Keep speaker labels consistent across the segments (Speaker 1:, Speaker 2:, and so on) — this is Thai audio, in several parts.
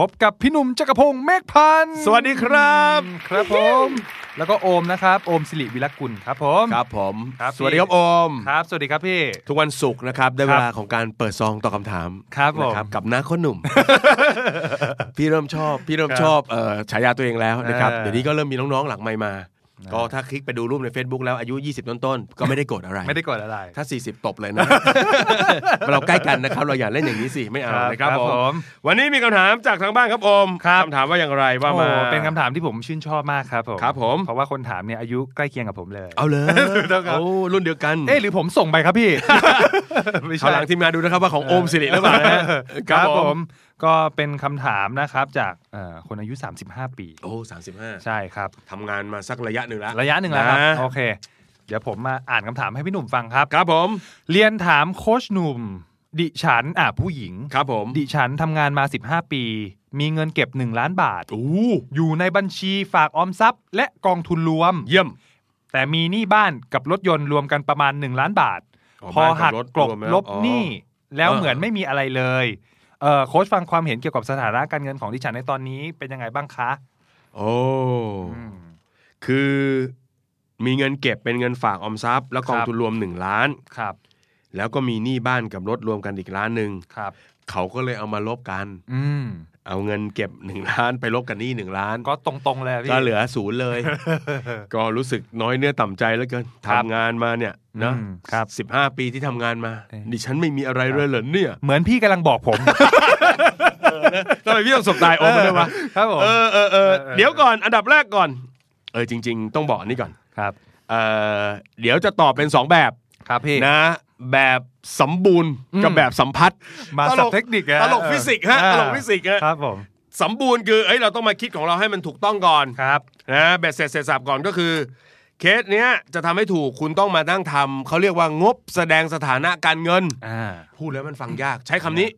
Speaker 1: พบกับพี่หนุ่มจักรพงศ์เมฆพันธ์
Speaker 2: สวัสดีครับ
Speaker 1: ครับผม แล้วก็โอมนะครับ โอมสิริวิรักกุลครับผม
Speaker 2: ครับผม
Speaker 1: ครับ
Speaker 2: สวัสดีครับโอม
Speaker 1: ครับ สวัสดีครับพี่
Speaker 2: ทุกวันศุกร์นะครับ ได้เวลาของการเปิดซองตอบคำถาม
Speaker 1: ครับผม
Speaker 2: นะกับหน้าข้น หนุ่ม พี่เริ่มชอบ พี่เริ่มชอบเอ่อฉายาตัวเองแล้วนะครับ
Speaker 1: เออ
Speaker 2: เดี๋ยวนี้ก็เริ่มมีน้องๆหลังไม่มา ก็ถ้าคลิกไปดูรูปใน Facebook แล้วอายุ 20 ต้นๆ ก็ไม่ได้โกรธอะไร
Speaker 1: ไม่ได้กดอะไร
Speaker 2: ถ้า 40 ตบ เลยนะ เราใกล้กันนะครับ เราอย่าเล่นอย่างนี้สิ ไม่เอา
Speaker 1: ครับ
Speaker 2: นะครับ
Speaker 1: ครับ
Speaker 2: ผ
Speaker 1: ผม ม
Speaker 2: วันนี้มีคำถามจากทางบ้านครับโอม
Speaker 1: ครับ
Speaker 2: ถามว่าอย่างไรว่า
Speaker 1: โอ้
Speaker 2: มา
Speaker 1: เป็นคำถามที่ผมชื่นชอบมากครับผม
Speaker 2: ครับผม
Speaker 1: เพราะว่าคนถามเนี่ยอายุใกล้เคียงกับผมเลย
Speaker 2: เอาเลย
Speaker 1: ถูกต้องครับ
Speaker 2: โอ้รุ่นเดียวกัน
Speaker 1: เอ๊ะหรือผมส่งไปครับพี่ ไม่
Speaker 2: เขา
Speaker 1: ใช่
Speaker 2: หลังทีมงานดูนะครับว่าของโอมสิริหรือเปล่านะฮะ
Speaker 1: ครับผมก็เป็นคำถามนะครับจากเอ่อคนอายุ 35 ปี
Speaker 2: โอ้สามสิบห้า
Speaker 1: ใช่ครับ
Speaker 2: ทำงานมาสักระยะหนึ่งแล้ว
Speaker 1: ระยะหนึ่งแล้วครับ
Speaker 2: นะ
Speaker 1: โอเค เดี๋ยวผมมาอ่านคำถามให้พี่หนุ่มฟังครับ
Speaker 2: ครับผม
Speaker 1: เรียนถามโค้ชหนุ่ม ดิฉันอ่ะผู้หญิง
Speaker 2: ครับผม
Speaker 1: ดิฉันทำงานมา 15 ปี มีเงินเก็บ 1 ล้านบาท
Speaker 2: โอ้
Speaker 1: อยู่ในบัญชีฝากออมทรัพย์ และกองทุนรวม
Speaker 2: เยี่ยม
Speaker 1: แต่มีหนี้บ้านกับรถยนต์รวมกันประมาณ 1 ล้านบาท
Speaker 2: อ๋อ
Speaker 1: พอหัก
Speaker 2: บ้านกับรถ
Speaker 1: กลบ
Speaker 2: รวมแล้ว
Speaker 1: ลบหนี้
Speaker 2: อ๋อ
Speaker 1: แล้ว
Speaker 2: เออ
Speaker 1: เหมือนไม่มีอะไรเลยเอ่อโค้ชฟังความเห็นเกี่ยวกับสถานะการเงินของดิฉันในตอนนี้เป็นยังไงบ้างคะ
Speaker 2: โอ้
Speaker 1: อืม
Speaker 2: คือมีเงินเก็บเป็นเงินฝากออมทรัพย์ แล้วกอง
Speaker 1: ครับ
Speaker 2: ทุนรวมหนึ่งล้าน
Speaker 1: ครับ
Speaker 2: แล้วก็มีหนี้บ้านกับรถรวมกันอีกล้านหนึ่ง
Speaker 1: ครับ
Speaker 2: เขาก็เลยเอามาลบกัน
Speaker 1: อืม
Speaker 2: เอาเงินเก็บหนึ่งล้านไปลบกันหนี้หนึ่งล้าน
Speaker 1: ก็ตรงๆเลยพี่
Speaker 2: ก็เหลือศูนย์ เลย ก็รู้สึกน้อยเนื้อต่ำใจแล้วเกิน
Speaker 1: ครับ
Speaker 2: ทำงานมาเนี่ยนะ
Speaker 1: อืมครับ
Speaker 2: สิบห้าปีที่ทำงานมา
Speaker 1: เอ้ย
Speaker 2: ดิฉันไม่มีอะไรเลยเหรอ เนี่ย
Speaker 1: เหมือนพี่กำลังบอกผม
Speaker 2: ทำไมพี่ต้องสบตายโอมมาด้วยวะ
Speaker 1: ครับผม
Speaker 2: เออเออเออ
Speaker 1: เออ
Speaker 2: เดี๋ยวก่อนอันดับแรกก่อน เออจริง ๆ ต้องบอกอันนี้ก่อน
Speaker 1: ครับ
Speaker 2: เออเดี๋ยวจะตอบเป็นสองแบบ
Speaker 1: ครับพี่
Speaker 2: นะ แบบสมบูรณ์กับ
Speaker 1: อืม
Speaker 2: แบบสัมพัทธ์
Speaker 1: มา
Speaker 2: ต
Speaker 1: สั
Speaker 2: ล
Speaker 1: บ
Speaker 2: ก
Speaker 1: เทคนิคอะ
Speaker 2: ตลกฟิสิกส์ฮะ
Speaker 1: เออ
Speaker 2: ตลกฟิสิกส์ฮะ
Speaker 1: ครับผม
Speaker 2: สมบูรณ์คือเอ้ยเราต้องมาคิดของเราให้มันถูกต้องก่อน
Speaker 1: ครับ
Speaker 2: นะแบดเสร็จเสร็จสับก่อนก็คือ เคสเนี้ยจะทำให้ถูกคุณต้องมานั่งทำเขาเรียกว่างบแสดงสถานะการเงิน
Speaker 1: อ่า
Speaker 2: พูดแล้วมันฟังยาก ใช้คำนี้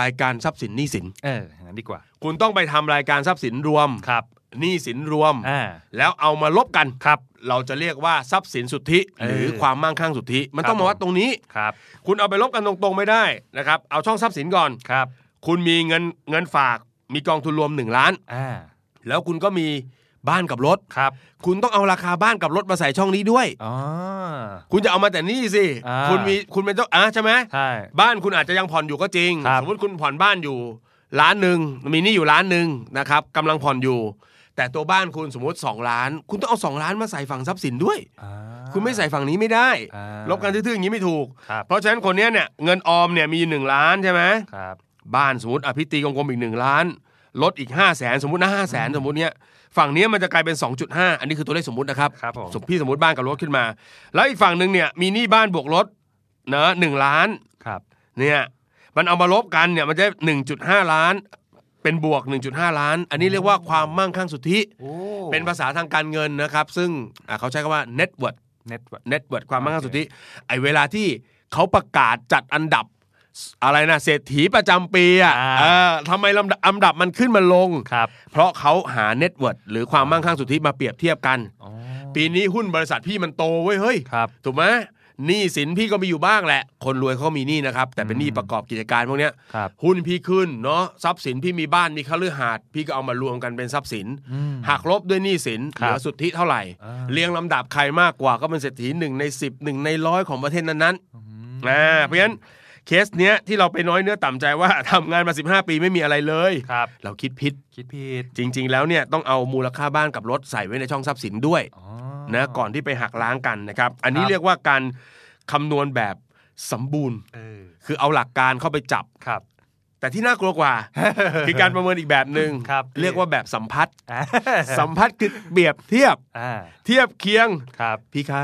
Speaker 2: รายการทรัพย์สินหนี้สิน
Speaker 1: เอออย่างนั้นดีกว่า
Speaker 2: คุณต้องไปทำรายการทรัพย์สินรวม
Speaker 1: ครับ
Speaker 2: หนี้สินรวม
Speaker 1: อ่า
Speaker 2: แล้วเอามาลบกันครับ เราจะเรียกว่าทรัพย์สินสุทธิ หรือความมั่งคั่งสุทธิ มั
Speaker 1: ค
Speaker 2: น
Speaker 1: รับ
Speaker 2: ต้องมาวัดตรงนี้
Speaker 1: ครับ
Speaker 2: คุณเอาไปลบกันตรงๆไม่ได้นะครับ เอาช่องทรัพย์สินก่อน
Speaker 1: ครับ
Speaker 2: คุณมีเงินเงินฝาก มีกองทุนรวม 1 ล้าน
Speaker 1: อ่า
Speaker 2: แล้วคุณก็มีบ้านกับรถ
Speaker 1: ครับ
Speaker 2: คุณต้องเอาราคาบ้านกับรถมาใส่ช่องนี้ด้วย
Speaker 1: อ๋อ
Speaker 2: คุณจะเอามาแต่หนี่สิ
Speaker 1: อ่า
Speaker 2: คุณมีคุณเป็นเจ้าอ่ะใช่ไหม
Speaker 1: ใช่
Speaker 2: บ้านคุณอาจจะยังผ่อนอยู่ก็จริง
Speaker 1: ครับ
Speaker 2: สมมติคุณผ่อนบ้านอยู่ล้านหนึ่งมีหนี่อยู่ล้านหนึ่งนะครับกำลังผ่อนอยู่ แต่ตัวบ้านคุณสมมติ 2 ล้าน คุณต้องเอา 2 ล้านมาใส่ฝั่งทรัพย์สินด้วย
Speaker 1: อ่า
Speaker 2: คุณไม่ใส่ฝั่งนี้ไม่ได้
Speaker 1: อ่า
Speaker 2: ลบกันทื่อๆอย่างนี้ไม่ถูก
Speaker 1: ครับ
Speaker 2: เพราะฉะนั้นคนเนี้ยเนี่ยเงินออมเนี่ยมีหนึ่งล้านใช่ไหม
Speaker 1: ครับ
Speaker 2: บ้านสมมติอภิตีกองกลมอีกหนึ่งล้านลดอีกห้าแสนสมมตินะห้าแสนสมมติเนี่ยฝั่งเนี้ยมันจะกลายเป็น 2.5 อันนี้คือตัวเลขสมมตินะครับ
Speaker 1: ครับผม
Speaker 2: สมพี่สมมติบ้านกับรถขึ้นมา แล้วอีกฝั่งหนึ่งเนี่ยมีหนี้บ้านบวกรถเนอะหนึ่งล้าน
Speaker 1: ครับ
Speaker 2: เนี่ยมันเอามาลบกันเนี่ยมันจะหนึ่งจุดห้าล้าน เป็นบวก 1.5 ล้าน อันนี้เรียกว่าความมั่งคั่งสุทธิ เป็นภาษาทางการเงินนะครับซึ่งอ่ะเขาใช้คำว่า net worth
Speaker 1: เน็ตเวิร์ก
Speaker 2: เน็ตเวิร์ดความมั่งคั่ง
Speaker 1: โอ
Speaker 2: สุท
Speaker 1: เค
Speaker 2: ธิไอเวลาที่เขาประกาศจัดอันดับสอะไรนะเศรษฐีประจำปีอ่ะเออทำไมลำดับอันดับมันขึ้นมันลง
Speaker 1: ครับ
Speaker 2: เพราะเขาหาเน็ตเวิร์ดหรือความมั่งคั่งสุทธิมาเปรียบเทียบกัน
Speaker 1: อ๋อ
Speaker 2: ปีนี้หุ้นบริษัทพี่มันโตเว้ยเฮ้ย
Speaker 1: ครับ
Speaker 2: ถูกไหมหนี้สินพี่ก็มีอยู่บ้างแหละ คนรวยเขามีหนี้นะครับ แต่เป็นหนี้ประกอบกิจการพวกเนี้ย
Speaker 1: ครับ
Speaker 2: หุ้นพี่ขึ้นเนาะทรัพย์สินพี่มีบ้านมีคฤหาสน์พี่ก็เอามารวมกันเป็นทรัพย์สิน
Speaker 1: อืม
Speaker 2: หักลบด้วยหนี้สิน
Speaker 1: ค
Speaker 2: เห
Speaker 1: รับ
Speaker 2: ลือสุทธิเท่าไหร่
Speaker 1: อ่า
Speaker 2: เรียงลำดับใครมากกว่าก็เป็นเศรษฐีหนึ่งในสิบหนึ่งในร้อยของประเทศนั้น
Speaker 1: อืม
Speaker 2: ๆอ่าเพราะฉะนั้นเคสเนี้ยที่เราไปน้อยเนื้อต่ำใจว่า ทำงานมา 15 ปีไม่มีอะไรเลย
Speaker 1: ครับ
Speaker 2: เราคิดผิด
Speaker 1: คิดผิด
Speaker 2: จริง ๆ แล้วเนี่ยต้องเอามูลค่าบ้านกับรถใส่ไว้ในช่องทรัพย์สินด้วย
Speaker 1: อ๋อ
Speaker 2: นะก่อนที่ไปหักล้างกันนะครับ อันนี้
Speaker 1: ครับ
Speaker 2: เรียกว่าการคำนวณแบบสมบูรณ์
Speaker 1: เออ
Speaker 2: คือเอาหลักการเข้าไปจับ
Speaker 1: ครับ
Speaker 2: แต่ที่น่ากลัวกว่า คือการประเมินอีกแบบหนึ่ง
Speaker 1: ครับ
Speaker 2: เรียกว่าแบบสัมพัทธ์
Speaker 1: อ่า
Speaker 2: สัมพัทธ์คือเปรียบเทียบ
Speaker 1: อ่า
Speaker 2: เทียบเคียง
Speaker 1: ครับ
Speaker 2: พี่คะ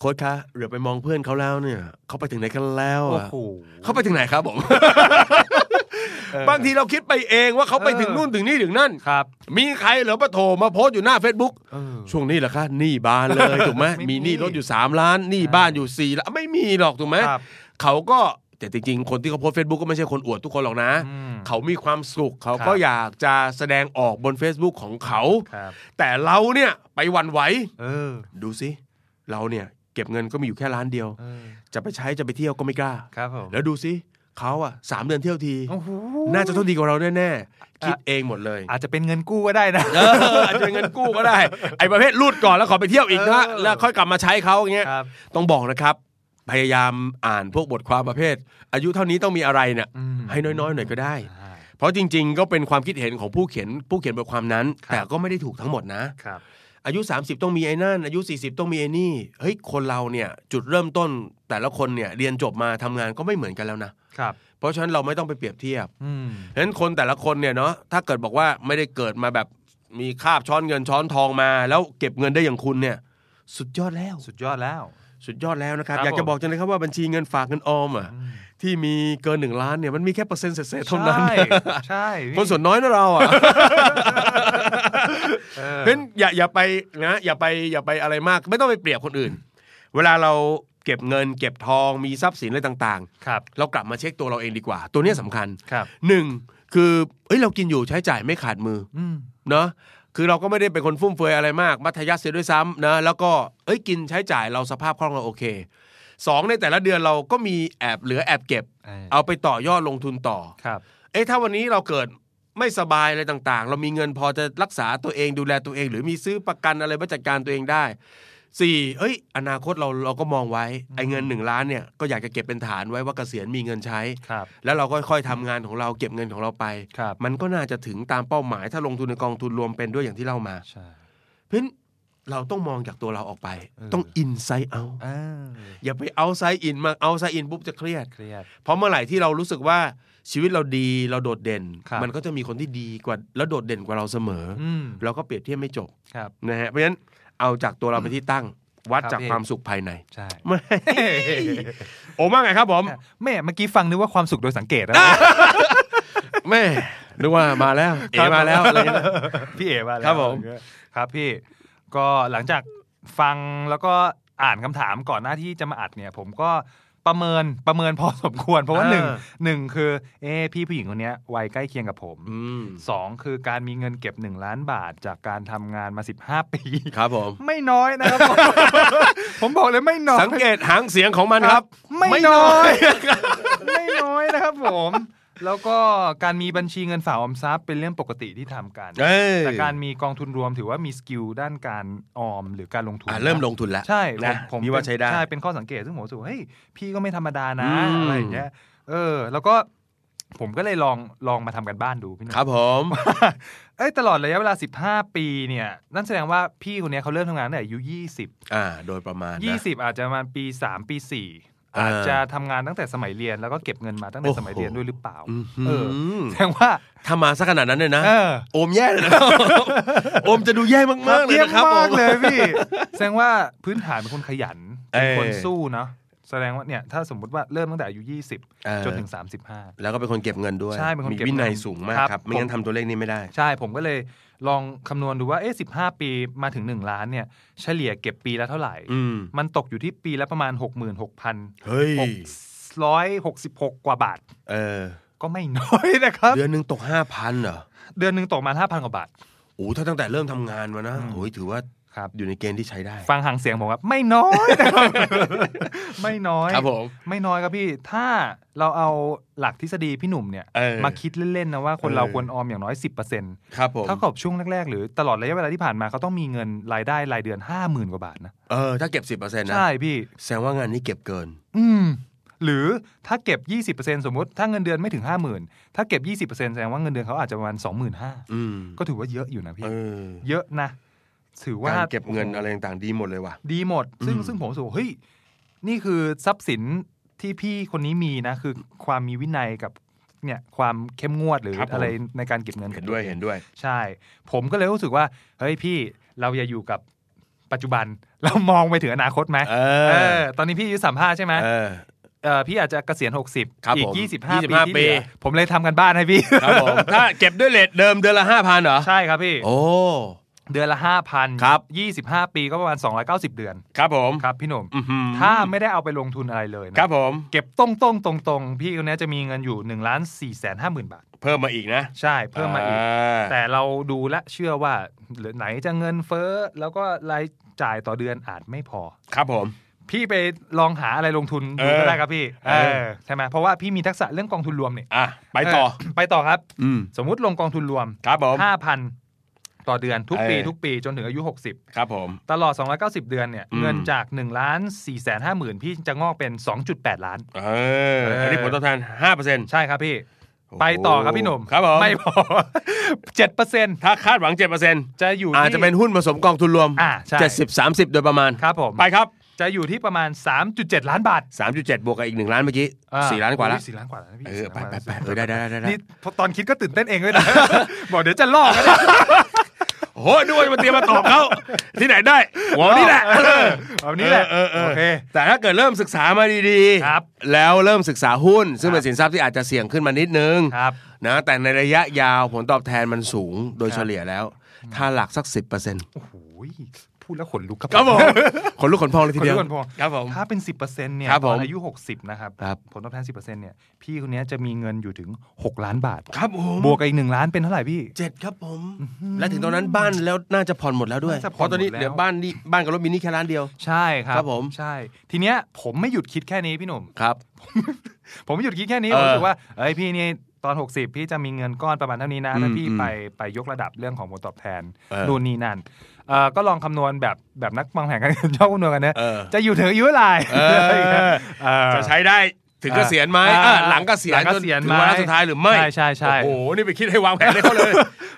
Speaker 2: โค้ชคะเหลือไปมองเพื่อนเขาแล้วเนี่ยเขาไปถึงไหนกันแล้ว
Speaker 1: โอ้
Speaker 2: อะ
Speaker 1: โห
Speaker 2: เขาไปถึงไหนครับผม บางทีเราคิดไปเองว่าเขาไปถึงนู่นถึงนี่ถึงนั่น
Speaker 1: ครับ
Speaker 2: มีใครเหรอมาโทรมาโพสต์อยู่หน้า Facebook ช่วงนี้เหรอคะหนี้บาน เลยถูกไหม
Speaker 1: ไม่มี
Speaker 2: มีหนี้รถอยู่ 3 ล้านหนี้บ้านอยู่4ล้านไม่มีหรอกถูกไหม
Speaker 1: ครับ
Speaker 2: เขาก็แต่จริงๆ คนที่เขาโพสเฟซบุ๊กก็ไม่ใช่คนอวดทุกคนหรอกนะ
Speaker 1: อืม
Speaker 2: เขามีความสุขเขาก็
Speaker 1: ครับ
Speaker 2: อยากจะแสดงออกบน Facebook ของเขา
Speaker 1: ครับ
Speaker 2: แต่เราเนี่ยไปหวันไหว
Speaker 1: เออ
Speaker 2: ดูสิเราเนี่ยเก็บเงินก็มีอยู่แค่ล้านเดียว
Speaker 1: เออ
Speaker 2: จะไปใช้จะไปเที่ยวก็ไม่กล้า
Speaker 1: ครับผม
Speaker 2: แล้วดูสิเขาอะสามเดือนเที่ยวที
Speaker 1: โอ้โห
Speaker 2: น่าจะต้องดีกว่าเราแน่ๆคิดเองหมดเลย
Speaker 1: อาจจะเป็นเงินกู้ก็ได้นะ
Speaker 2: เอออาจจะเป็นเงินกู้ก็ได้ ไอ้ประเภทรูดก่อนแล้วขอไปเที่ยวอีกนะ
Speaker 1: เออ
Speaker 2: แล้วค่อยกลับมาใช้เขาอย่างเงี้ย
Speaker 1: ครับ
Speaker 2: ต้องบอกนะครับ พยายามอ่านพวกบทความประเภท อายุเท่านี้ต้องมีอะไรเนี่ย
Speaker 1: อืม
Speaker 2: ให้น้อยๆหน่อยก็ได้
Speaker 1: อ่า
Speaker 2: เพราะจริง ๆ ก็เป็นความคิดเห็นของผู้เขียนผู้เขียนบทความนั้น
Speaker 1: ครับ
Speaker 2: แต่ก็ไม่ได้ถูกทั้งหมดนะ
Speaker 1: ครับ
Speaker 2: อายุ 30 ต้องมีไอ้นั่น อายุ 40 ต้องมีไอ้นี่เฮ้ยคนเราเนี่ยจุดเริ่มต้นแต่ละคนเนี่ยเรียนจบมาทำงานก็ไม่เหมือนกันแล้วนะครับ เพราะฉะนั้นเราไม่ต้องไปเปรียบเทียบ
Speaker 1: อืม
Speaker 2: เพราะฉะนั้นคนแต่ละคนเนี่ยเนาะถ้าเกิดบอกว่าไม่ได้เกิดมาแบบมีคาบช้อนเงินช้อนทองมา แล้วเก็บเงินได้อย่างคุณเนี่ย สุดยอดแล้ว
Speaker 1: สุดยอดแล้ว
Speaker 2: สุดยอดแล้วนะครับ
Speaker 1: ครับ
Speaker 2: อยากจะบอกจังเลยครับว่าบัญชีเงินฝากเงินออมอ่ะ
Speaker 1: อืม
Speaker 2: ที่มีเกินหนึ่งล้านเนี่ยมันมีแค่เปอร์เซ็นต์เศษๆเท่านั้น
Speaker 1: ใช่ ใช่พี่
Speaker 2: คนส่วนน้อยนะเราอ่ะ
Speaker 1: เอ
Speaker 2: เพ
Speaker 1: อ
Speaker 2: ราะฉะนั้นอย่าอย่าไปนะอย่าไปอย่าไปอะไรมาก ไม่ต้องไปเปรียบคนอื่น เวลาเราเก็บเงิน เก็บทองมีทรัพย์สินอะไรต่าง
Speaker 1: ครับ
Speaker 2: ๆ เรากลับมาเช็คตัวเราเองดีกว่า ตัวเนี้ยสำคัญ
Speaker 1: ครับ
Speaker 2: หนึ่งคือเอ้ยเรากินอยู่ใช้จ่ายไม่ขาดมือ
Speaker 1: อืม
Speaker 2: เนาะคือเราก็ไม่ได้เป็นคนฟุ่มเฟือยอะไรมาก มัธยัสถ์เสียด้วยซ้ำนะแล้วก็เอ้ยกินใช้จ่ายเราสภาพคล่องเราโอเคสองในแต่ละเดือนเราก็มีแอบเหลือแอบเก็บ
Speaker 1: เออ
Speaker 2: เอาไปต่อยอดลงทุนต่อ
Speaker 1: ครับ
Speaker 2: เอ้ยถ้าวันนี้เราเกิดไม่สบายอะไรต่างๆ เรามีเงินพอจะรักษาตัวเองดูแลตัวเอง หรือมีซื้อประกันอะไรมาจัดการตัวเองได้สี่เอ้ย อนาคตเราเราก็มองไว้ไอ้เงินหนึ่งล้านเนี่ยก็อยากจะเก็บเป็นฐานไว้ว่าเกษียณมีเงินใช้
Speaker 1: ครับ
Speaker 2: แล้วเราก็ค่อยๆทำงานของเราเก็บเงินของเราไป
Speaker 1: ครับ
Speaker 2: มันก็น่าจะถึงตามเป้าหมาย ถ้าลงทุนในกองทุนรวมเป็นด้วยอย่างที่เล่ามา
Speaker 1: ใช่
Speaker 2: เพราะฉะนั้นเราต้องมองจากตัวเราออกไป
Speaker 1: เออ
Speaker 2: ต้องอินไซ e ์เอา
Speaker 1: เออ
Speaker 2: อย่าไปเอาไซ e ์อินมาเอาไซ e ์อินปุ๊บจะเครียด
Speaker 1: เครียด
Speaker 2: เพราะเมื่อไหร่ที่เรารู้สึกว่าชีวิตเราดีเราโดดเด่น
Speaker 1: ครับ
Speaker 2: มันก็จะมีคนที่ดีกว่าแล้วโดดเด่นกว่าเราเสมออ
Speaker 1: อืม
Speaker 2: เราก็เปรียบเทียบไม่จบ
Speaker 1: ครับ
Speaker 2: นะฮะเพราะฉะนั้นเอาจากตัวเราไปนที่ตั้งวัด
Speaker 1: ครับ
Speaker 2: จาก
Speaker 1: พี่
Speaker 2: ความสุขภายใน
Speaker 1: ใช่
Speaker 2: ไม่โอ้มากไงครับผม
Speaker 1: แม่เมื่อกี้ฟังนึกว่าความสุขโดยสังเกตนะ
Speaker 2: แม่นึกว่ามา แล้วเอมาแล้วอะไรอย่างเงี้ย
Speaker 1: พี่เอมาแล้ว
Speaker 2: ครับผม
Speaker 1: ครับพี่ก็หลังจากฟังแล้วก็อ่านคำถามก่อนหน้าที่จะมาอัดเนี่ย ผมก็ประเมินประเมินพอสมควร เพราะว่าหนึ่งหนึ่งคือ เอ๊ะพี่ผู้หญิงคนเนี้ยวัยใกล้เคียงกับผม
Speaker 2: อืม
Speaker 1: สองคือการมีเงินเก็บ 1 ล้านบาทจากการทำงานมา 15 ปี
Speaker 2: ครับผม
Speaker 1: ไม่น้อยนะครับ ผม ผมบอกเลยไม่น้อย
Speaker 2: สังเกตหางเสียงของมันครับ
Speaker 1: ไม่น้อย ไม่น้อยนะครับผม แล้วก็การมีบัญชีเงินฝากออมทรัพย์เป็นเรื่องปกติที่ทำกัน
Speaker 2: เอ้ย
Speaker 1: แต่การมีกองทุนรวมถือว่ามีสกิลด้านการออมหรือการลงทุน
Speaker 2: อ่ะ
Speaker 1: นะ
Speaker 2: เริ่มลงทุนแล้ว
Speaker 1: ใช่ผม
Speaker 2: นะ
Speaker 1: ผม
Speaker 2: นี่ว่าใช้ได้
Speaker 1: ใช่เป็นข้อสังเกตซึ่งผมรู้สึกว่าเฮ้ยพี่ก็ไม่ธรรมดานะ
Speaker 2: อืม
Speaker 1: อะไรอย่างเงี้ยเออ แล้วก็ผมก็เลยลองลองมาทำกันบ้านดูพี่หนุ่ม
Speaker 2: ครับผม
Speaker 1: เอ้ยตลอดระยะเวลา 15 ปีเนี่ย นั่นแสดงว่าพี่คนเนี้ยเขาเริ่มทำงานตั้งแต่อายุ 20
Speaker 2: อ่า โดยประมาณนะ
Speaker 1: 20 อาจจะประมาณปี 3 ปี 4
Speaker 2: อ่า
Speaker 1: อาจจะทำงานตั้งแต่สมัยเรียนแล้วก็เก็บเงินมาตั้งแต่สมัยเรียนด้วยหรือเปล่า
Speaker 2: อื้อหือ
Speaker 1: เออแสดงว่า
Speaker 2: ถ้ามาสักขนาดนั้นเลยนะ
Speaker 1: เออ
Speaker 2: โอมแย่เลย นะครับ โอมจะดูแย่มากๆเลย
Speaker 1: เยี่ยม
Speaker 2: นะครับผม
Speaker 1: าก
Speaker 2: ม
Speaker 1: เลยพี่ แสดงว่าพื้นฐานเป็นคนขยัน เป็นคน
Speaker 2: เออ
Speaker 1: สู้เนาะแสดงว่าเนี่ยถ้าสมมุติว่าเริ่มตั้งแต่อายุ
Speaker 2: เออ
Speaker 1: 20 จนถึง 35
Speaker 2: แล้วก็เป็นคนเก็บเงินด้วย
Speaker 1: ใช่เป็นคน
Speaker 2: มี
Speaker 1: เก็บ
Speaker 2: วินัย
Speaker 1: เงิน
Speaker 2: สูงมาก
Speaker 1: ครับ
Speaker 2: ครับ
Speaker 1: ผม
Speaker 2: ไม่งั้นทำตัวเลขนี้ไม่ได้
Speaker 1: ใช่ ผมก็เลยลองคำนวณดูว่าเอ๊ะ15 ปีมาถึง 1 ล้านเนี่ย เฉลี่ยเก็บปีละเท่าไหร่
Speaker 2: อืม
Speaker 1: มันตกอยู่ที่ปีละประมาณ 66,000
Speaker 2: เฮ้ย
Speaker 1: 666 กว่าบาท
Speaker 2: เออ
Speaker 1: ก็ไม่น้อยนะครับ
Speaker 2: เดือนหนึ่งตกห้าพันเหรอ
Speaker 1: เดือนหนึ่งตกมา 5,000 กว่าบาท
Speaker 2: โอ้ถ้าตั้งแต่เริ่มทำงานมานะโอ้ยถือว่า
Speaker 1: ครับ
Speaker 2: อยู่ในเกณฑ์ที่ใช้ได้
Speaker 1: ฟังห่างเสียงผมครับ ไม่น้อยนะครับ ไม่น้อย
Speaker 2: ครับผม
Speaker 1: ไม่น้อยครับพี่ ถ้าเราเอาหลักทฤษฎีพี่หนุ่มเนี่ย
Speaker 2: เออ
Speaker 1: มาคิดเล่น ๆ นะว่าคน
Speaker 2: เออ
Speaker 1: เราควรออมอย่างน้อย 10%
Speaker 2: ครับผม
Speaker 1: เท่ากับช่วงแรก ๆ หรือตลอดระยะเวลาที่ผ่านมาเขาต้องมีเงินรายได้รายเดือน 50,000 กว่าบาทนะ
Speaker 2: เออ ถ้าเก็บสิบเปอร์เซ็นต์นะ
Speaker 1: ใช่พี่
Speaker 2: แสดงว่างานนี้เก็บเกิน
Speaker 1: อืม หรือถ้าเก็บ 20%สมมติถ้าเงินเดือนไม่ถึง 50,000 ถ้าเก็บ 20%แสดงว่าเงินเดือนเขาอาจจะประมาณ25,000
Speaker 2: อืม
Speaker 1: ก็ถือว่าเยอะอยู่นะพี่
Speaker 2: เออ
Speaker 1: เยอะนะ ถือว่า
Speaker 2: การเก็บเงินอะไรต่างๆดีหมดเลยว่ะ
Speaker 1: ดีหมด ซึ่ง
Speaker 2: อืม
Speaker 1: ซึ่งผมรู้สูเฮ้ย นี่คือทรัพย์สินที่พี่คนนี้มีนะ คือความมีวินัยกับเนี่ยความเข้มงวดหรืออะไรในการเก็บเงิน
Speaker 2: เห็นด้วยเห็นด้วย
Speaker 1: ใช่ ผมก็เลยรู้สึกว่า เฮ้ยพี่เราอย่าอยู่กับปัจจุบัน เรามองไปถึงอนาคตไหม
Speaker 2: เอ
Speaker 1: เอ
Speaker 2: อ
Speaker 1: อ ตอนนี้พี่อายุสามห้าใช่ไหม
Speaker 2: เออ
Speaker 1: เ เอ่อพี่อาจจะเกษียณ 60
Speaker 2: ครับ
Speaker 1: อีก
Speaker 2: ผม
Speaker 1: 25 ปี
Speaker 2: 25
Speaker 1: ที่เหลือ
Speaker 2: ปี
Speaker 1: ผมเลยทำกันบ้านให้พี่
Speaker 2: ครับผม ถ้าเก็บด้วยเลทเดิมเดือนละห้าพันเหรอ
Speaker 1: ใช่ครับพี่
Speaker 2: โอ้
Speaker 1: เดือนละ 5,000
Speaker 2: ครับ
Speaker 1: 25 ปีก็ประมาณ 290 เดือน
Speaker 2: ครับผม
Speaker 1: ครับพี่หนุ่ม
Speaker 2: อื้อหือ
Speaker 1: ถ้าไม่ได้เอาไปลงทุนอะไรเลยนะครับ
Speaker 2: ผม
Speaker 1: เก็บตรงตรงตรงตรงๆพี่คนเนี้ยจะมีเงินอยู่1นึ่งล้านสี่แสนห้าหมื่นบาท
Speaker 2: เพิ่มมาอีกนะ
Speaker 1: ใช่ เพิ่มมาอีก
Speaker 2: า
Speaker 1: แต่เราดูและเชื่อว่าเหลือไหนจะเงินเฟ้อ แล้วก็รายจ่ายต่อเดือนอาจไม่พอ
Speaker 2: ครับผม
Speaker 1: พี่ไปลองหาอะไรลงทุน
Speaker 2: เอ
Speaker 1: ดู
Speaker 2: อ
Speaker 1: ก็ได้ครับพี่
Speaker 2: เออ
Speaker 1: เออใช่ไหมเพราะว่าพี่มีทักษะเรื่องกองทุนรวมเนี่ย
Speaker 2: อ่ะไปต่อ
Speaker 1: เไปต่อครับ
Speaker 2: อืม
Speaker 1: สมมุติลงกองทุนรวม
Speaker 2: ครับผม
Speaker 1: 5,000 ต่อเดือนทุกปี
Speaker 2: เออ
Speaker 1: ทุกปีจนถึงอายุ
Speaker 2: ครับผม
Speaker 1: 60 ตลอด 290 เดือนเนี่ย
Speaker 2: อืม
Speaker 1: เงินจาก1ล้าน4แสนห้าหมื่นพี่จะงอกเป็น 2.8 ล้าน
Speaker 2: เอออันนี้ผลตอบแทนห้าเปอร์เซ็นต์
Speaker 1: ใช่ครับพี่ ไปต่อครับพี่หนุ่ม
Speaker 2: ครับผม
Speaker 1: ไม่พอ 7%
Speaker 2: ถ้าคาดหวังเจ็ดเปอร์เซ็นต์
Speaker 1: จะอยู่
Speaker 2: อาจ
Speaker 1: ที่
Speaker 2: จะเป็นหุ้นผสมกองทุนรวม
Speaker 1: อ่าใช่
Speaker 2: เจ็ดสิบสามสิบโดยประมาณ
Speaker 1: ครับผม
Speaker 2: ไปครับ
Speaker 1: จะอยู่ที่ประมาณ 3.7 ล้านบาท
Speaker 2: สามจุดเจ็ดบวกกับอีกหนึ่งล้านเมื่อกี้
Speaker 1: อ่
Speaker 2: สี่ล้านกว่าละ
Speaker 1: โอ้ยสี่ล้านกว่าแล้วนะพี่
Speaker 2: เออ
Speaker 1: สี่
Speaker 2: ไป
Speaker 1: ล้านก
Speaker 2: ไป
Speaker 1: ว่า
Speaker 2: ไปเออได้ได้ได้ได้
Speaker 1: นี่พอตอนคิดก็ตื่นเต้นเองเลยนะ บอกเดี๋ยวจะลอกนะเนี่ย
Speaker 2: โอ้โหด้วยมาเตรียมมาตอบ เขาที่ไหนได้หัวนี่แหละ
Speaker 1: เออเอานี่แหละ
Speaker 2: เออเออ
Speaker 1: โอเค
Speaker 2: แต่ถ้าเกิดเริ่มศึกษามาดีๆ
Speaker 1: ครับ
Speaker 2: แล้วเริ่มศึกษาหุ้น ซึ่
Speaker 1: ค
Speaker 2: ง
Speaker 1: รับ
Speaker 2: เป็นสินทรัพย์ที่อาจจะเสี่ยงขึ้นมานิดนึง
Speaker 1: ครับ
Speaker 2: นะแต่ในระยะยาวผลตอบแทนมันสูงโด
Speaker 1: ค
Speaker 2: ย
Speaker 1: รับ
Speaker 2: เฉลี่ยแล้ว ถ้าหลักสักสิบเปอร์เซ็นต์
Speaker 1: โอ้โหพูดแล้วขนลุกครับ
Speaker 2: ขนลุกขนพองเลย
Speaker 1: ข
Speaker 2: ที
Speaker 1: น
Speaker 2: เดี
Speaker 1: ลุ
Speaker 2: ยว
Speaker 1: กขนพอง
Speaker 2: ครับผม
Speaker 1: ถ้าเป็น 10%เนี่ย
Speaker 2: ครับ
Speaker 1: ต
Speaker 2: ผ
Speaker 1: อ
Speaker 2: ม
Speaker 1: นอายุ 60 นะครับ
Speaker 2: ครับ
Speaker 1: ผลตอบแทน 10%เนี่ย พี่คนเนี้ยจะมีเงินอยู่ถึง 6 ล้านบาท
Speaker 2: ครับผม
Speaker 1: บวกกับอีก 1 ล้านเป็นเท่าไหร่พี่
Speaker 2: เจ็ดครับผม และถึงตอนนั้นบ้านแล้วน่าจะผ่อนหมดแล้วด้วย
Speaker 1: น่าจะผ่
Speaker 2: เพ
Speaker 1: อน
Speaker 2: ราะตอนนี้
Speaker 1: หมดแล้ว
Speaker 2: เหลือบ้านนี่บ้านกับรถมินิแค่ร้านเดียว
Speaker 1: ใช่ครับ
Speaker 2: ครับผม
Speaker 1: ใช่ ทีเนี้ยผมไม่หยุดคิดแค่นี้พี่หนุ่ม
Speaker 2: ครับ
Speaker 1: ผมหยุดคิดแค่นี้
Speaker 2: เอ
Speaker 1: ผม
Speaker 2: อ
Speaker 1: รู้สึกว่าเอ้ยพี่นี่ตอน 60 พี่จะมีเงินก้อนประมาณเท่านี้นะ
Speaker 2: อืม
Speaker 1: ถ้าพี่
Speaker 2: อืม
Speaker 1: ไปไปยกระดับเรื่องของผลตอบแทน
Speaker 2: เออ
Speaker 1: นู่นนี่นั่นเอ่อก็ลองคำนวณแบบแบบนักวางแผนการเงิน ชอบคำนวณกันนะ
Speaker 2: เออ
Speaker 1: จะอยู่ถึงอายุเท่าไหร่
Speaker 2: เออ
Speaker 1: อะไรอย่างเงี้ยเออ
Speaker 2: จะใช้ได้ถึงเกษียณไหม
Speaker 1: อ่า
Speaker 2: อ่าหลังเกษียณ
Speaker 1: หลังเกษียณ
Speaker 2: จนถึงวา
Speaker 1: ไห
Speaker 2: ระ
Speaker 1: ม
Speaker 2: สุดท้ายหรือไม่
Speaker 1: ใช่ใช่ใช่
Speaker 2: โอ้โหนี่ไปคิดให้วางแผนให้เขาเลย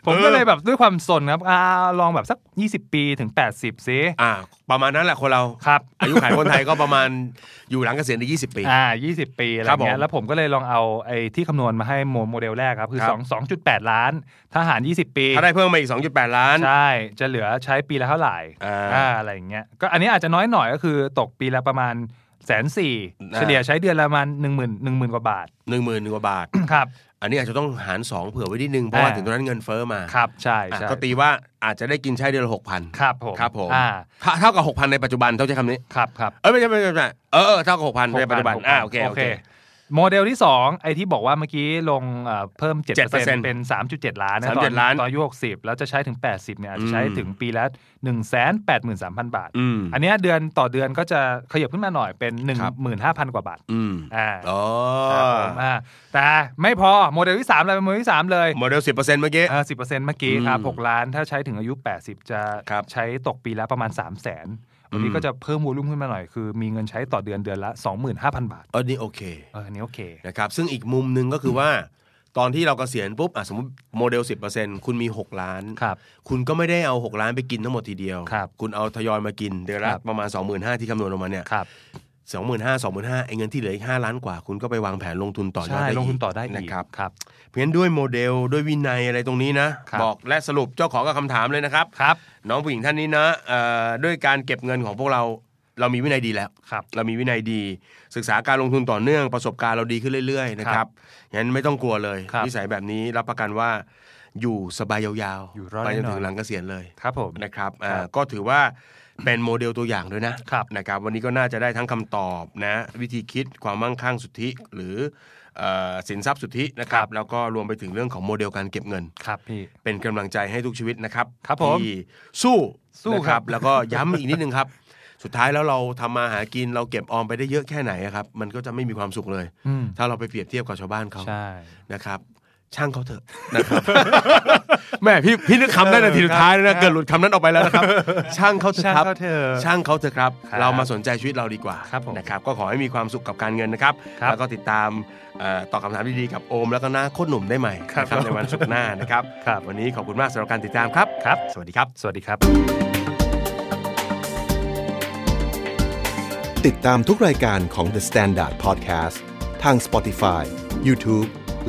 Speaker 1: ผมก็เลยแบบด้วยความสนครับอ่าลองแบบสัก 20 ปีถึง 80ซิ
Speaker 2: อ่า ประมาณนั้นแหละคนเรา
Speaker 1: ครับ
Speaker 2: อายุขัยคนไทยก็ประมาณอยู่หลังเกษียณในยี่สิบปี
Speaker 1: อ่า 20 ปีอะไร
Speaker 2: ครับผม
Speaker 1: เงี้ยแล้วผมก็เลยลองเอาไอ้ที่คำนวณมาให้โมโมเดลแรกครับ คือ
Speaker 2: ครับ
Speaker 1: สองสองจุดแปดล้านถ้าหาร 20 ปี
Speaker 2: ถ้าได้เพิ่มมาอีก 2.8 ล้าน
Speaker 1: ใช่ จะเหลือใช้ปีละเท่าไหร่
Speaker 2: อ่า
Speaker 1: อ่าอะไรอย่างเงี้ย ก็อันนี้อาจจะน้อยหน่อยก็คือตกปีละประมาณแสนสี่
Speaker 2: อ่า
Speaker 1: เฉลี่ยใช้เดือนละประมาณหนึ่งหมื่นหนึ่งหมื่นกว่าบาท
Speaker 2: หนึ่งหมื่นกว่าบาท
Speaker 1: ครับ
Speaker 2: อันนี้อาจจะต้องหาร 2 เผื่อไว้นิดนึง เพราะว่า
Speaker 1: อ่า
Speaker 2: ถึงตรงนั้นเงินเฟ้อมา
Speaker 1: ครับ ใช่
Speaker 2: อ่ะ
Speaker 1: ใช่
Speaker 2: ก็ตีว่าอาจจะได้กินใช้เดือนละหกพัน
Speaker 1: ครับผม
Speaker 2: ครับผม
Speaker 1: อ่า
Speaker 2: ถ้าเท่ากับ 6,000 ในปัจจุบันเท่าใช้คำนี้
Speaker 1: ครับครับ
Speaker 2: เอ้ยไม่ใช่ไม่ใช่ไม่ใช่เออเออเท่ากับ 6,000 ในปัจจุบัน
Speaker 1: หกพั
Speaker 2: อ่าโอเคโอเค
Speaker 1: โมเดลที่ 2 ไอ้ที่บอกว่าเมื่อกี้ลงเอ่อเพิ่ม 7%
Speaker 2: 7%
Speaker 1: เป็น 3.7 ล้านนะตอน
Speaker 2: 3.7ล้าน
Speaker 1: ตอนอายุ60 แล้วจะใช้ถึง 80เนี่ยอาจจะใช้
Speaker 2: อืม
Speaker 1: ถึงปีละ1 8 3 0 0 0 บาท
Speaker 2: อืม
Speaker 1: อันเนี้ยเดือนต่อเดือนก็จะขยับขึ้นมาหน่อยเป็น
Speaker 2: ครับ
Speaker 1: 15,000 กว่าบาท
Speaker 2: อืม
Speaker 1: อ่า
Speaker 2: อ๋อ
Speaker 1: ครับผมอ่าแต่ไม่พอโมเดลที่3เลยเป็นโมเดลที่ 3 เลย
Speaker 2: โมเดล 10%เมื่อกี้
Speaker 1: สิบเปอร์เซ็นต์เมื่อกี้ครับ
Speaker 2: อืม
Speaker 1: หกล้านถ้าใช้ถึงอายุ 80 จะ
Speaker 2: ครับ
Speaker 1: ใช้ตกปีละประมาณ 3 0 0แสนวันนี้
Speaker 2: อืม
Speaker 1: ก็จะเพิ่มวอลุ่มขึ้นมาหน่อย คือมีเงินใช้ต่อเดือนเดือนละ 25,000 บาท
Speaker 2: เออนี่โอเค
Speaker 1: เอออันนี้โอเค
Speaker 2: นะครับซึ่งอีกมุมหนึ่งก็คือว่า ตอนที่เราเกษียณปุ๊บอ่ะสมมติโมเดล 10%คุณมี 6 ล้าน
Speaker 1: ครับ
Speaker 2: คุณก็ไม่ได้เอา 6 ล้านไปกินทั้งหมดทีเดียว
Speaker 1: ครับ
Speaker 2: ณเอาทยอยมากินเดือนละ
Speaker 1: ครับ
Speaker 2: ประมาณ 25,000ที่คำนวณออกมาเนี่ย
Speaker 1: ครับ
Speaker 2: สองหมื่นห้าสองหมื่นห้าไอ้เงินที่เหลืออีกห้าล้านกว่า คุณก็ไปวางแผนลงทุนต่อยอด
Speaker 1: ใช่
Speaker 2: ได้
Speaker 1: ลงทุนต่อได้อี
Speaker 2: นะ
Speaker 1: ก
Speaker 2: ครับ
Speaker 1: ครับ
Speaker 2: เพราะฉะนั้นด้วยโมเดลด้วยวินัยอะไรตรงนี้นะ
Speaker 1: ครับ
Speaker 2: บอกและสรุปเจ้าของกับคำถามเลยนะครับ
Speaker 1: ครับ
Speaker 2: น้องผู้หญิงท่านนี้นะเอ่อด้วยการเก็บเงินของพวกเรา เรามีวินัยดีแล้ว
Speaker 1: ครับ
Speaker 2: เรามีวินัยดี ศึกษาการลงทุนต่อเนื่องประสบการณ์เราดีขึ้นเรื่อยๆนะครับงั้นไม่ต้องกลัวเลย
Speaker 1: ครับ
Speaker 2: นิสัยแบบนี้รับประกันว่าอยู่สบายยาว
Speaker 1: อยู่รอด
Speaker 2: ไปจน
Speaker 1: แน่นอน
Speaker 2: ถึงหลังเกษียณเลย
Speaker 1: ครับผม
Speaker 2: นะครับ
Speaker 1: ค
Speaker 2: อ่า
Speaker 1: รับ
Speaker 2: ก็ถือว่าเป็นโมเดลตัวอย่างด้วยนะครับ นะครับ วันนี้ก็น่าจะได้ทั้งคำตอบนะ วิธีคิดความมั่งคั่งสุทธิ หรือเอ่อสินทรัพย์สุทธินะค
Speaker 1: ค
Speaker 2: รั
Speaker 1: รับ บ
Speaker 2: แล้วก็รวมไปถึงเรื่องของโมเดลการเก็บเงิน
Speaker 1: ครับพี่
Speaker 2: เป็นกำลังใจให้ทุกชีวิตนะครับ
Speaker 1: ครับผม
Speaker 2: ที่สู้
Speaker 1: สู้
Speaker 2: นะ
Speaker 1: ครับ
Speaker 2: แล้วก็ย้ำอีกนิดนึงครับ สุดท้ายแล้วเราทำมาหากินเราเก็บออมไปได้เยอะแค่ไหนอะครับ มันก็จะไม่มีความสุขเลย
Speaker 1: อืม
Speaker 2: ถ้าเราไปเปรียบเทียบกับชาวบ้านเขา
Speaker 1: ใช่
Speaker 2: นะครับ ช่างเขาเถอะนะครับ แม่พี่พี่นึกคำได้นาทีสุดท้ายเลยนะเกิดหลุดคำนั้นออกไปแล้วนะครับ ช่างเขาเถอะครับ
Speaker 1: ช่างเขาเถอะ
Speaker 2: ช่างเขาเถอะครับ
Speaker 1: ครับ
Speaker 2: เรามาสนใจชีวิตเราดีกว่า
Speaker 1: ครับผม
Speaker 2: นะครับ ก็ขอให้มีความสุขกับการเงินนะครับ
Speaker 1: ครับ
Speaker 2: แล้วก็ติดตามเอ่อตอบคำถามดีๆกับโอมแล้วก็หน้าโคตรหนุ่มได้ใหม่
Speaker 1: ครับ
Speaker 2: นะครับในวันศุกร์หน้านะครับ
Speaker 1: ครับ
Speaker 2: วันนี้ขอบคุณมากสำหรับการติดตามครับ
Speaker 1: ครับ
Speaker 2: สวัสดีครับ
Speaker 1: สวัสดีครับ
Speaker 3: ติดตามทุกรายการของ The Standard Podcast ทาง Spotify, YouTube แ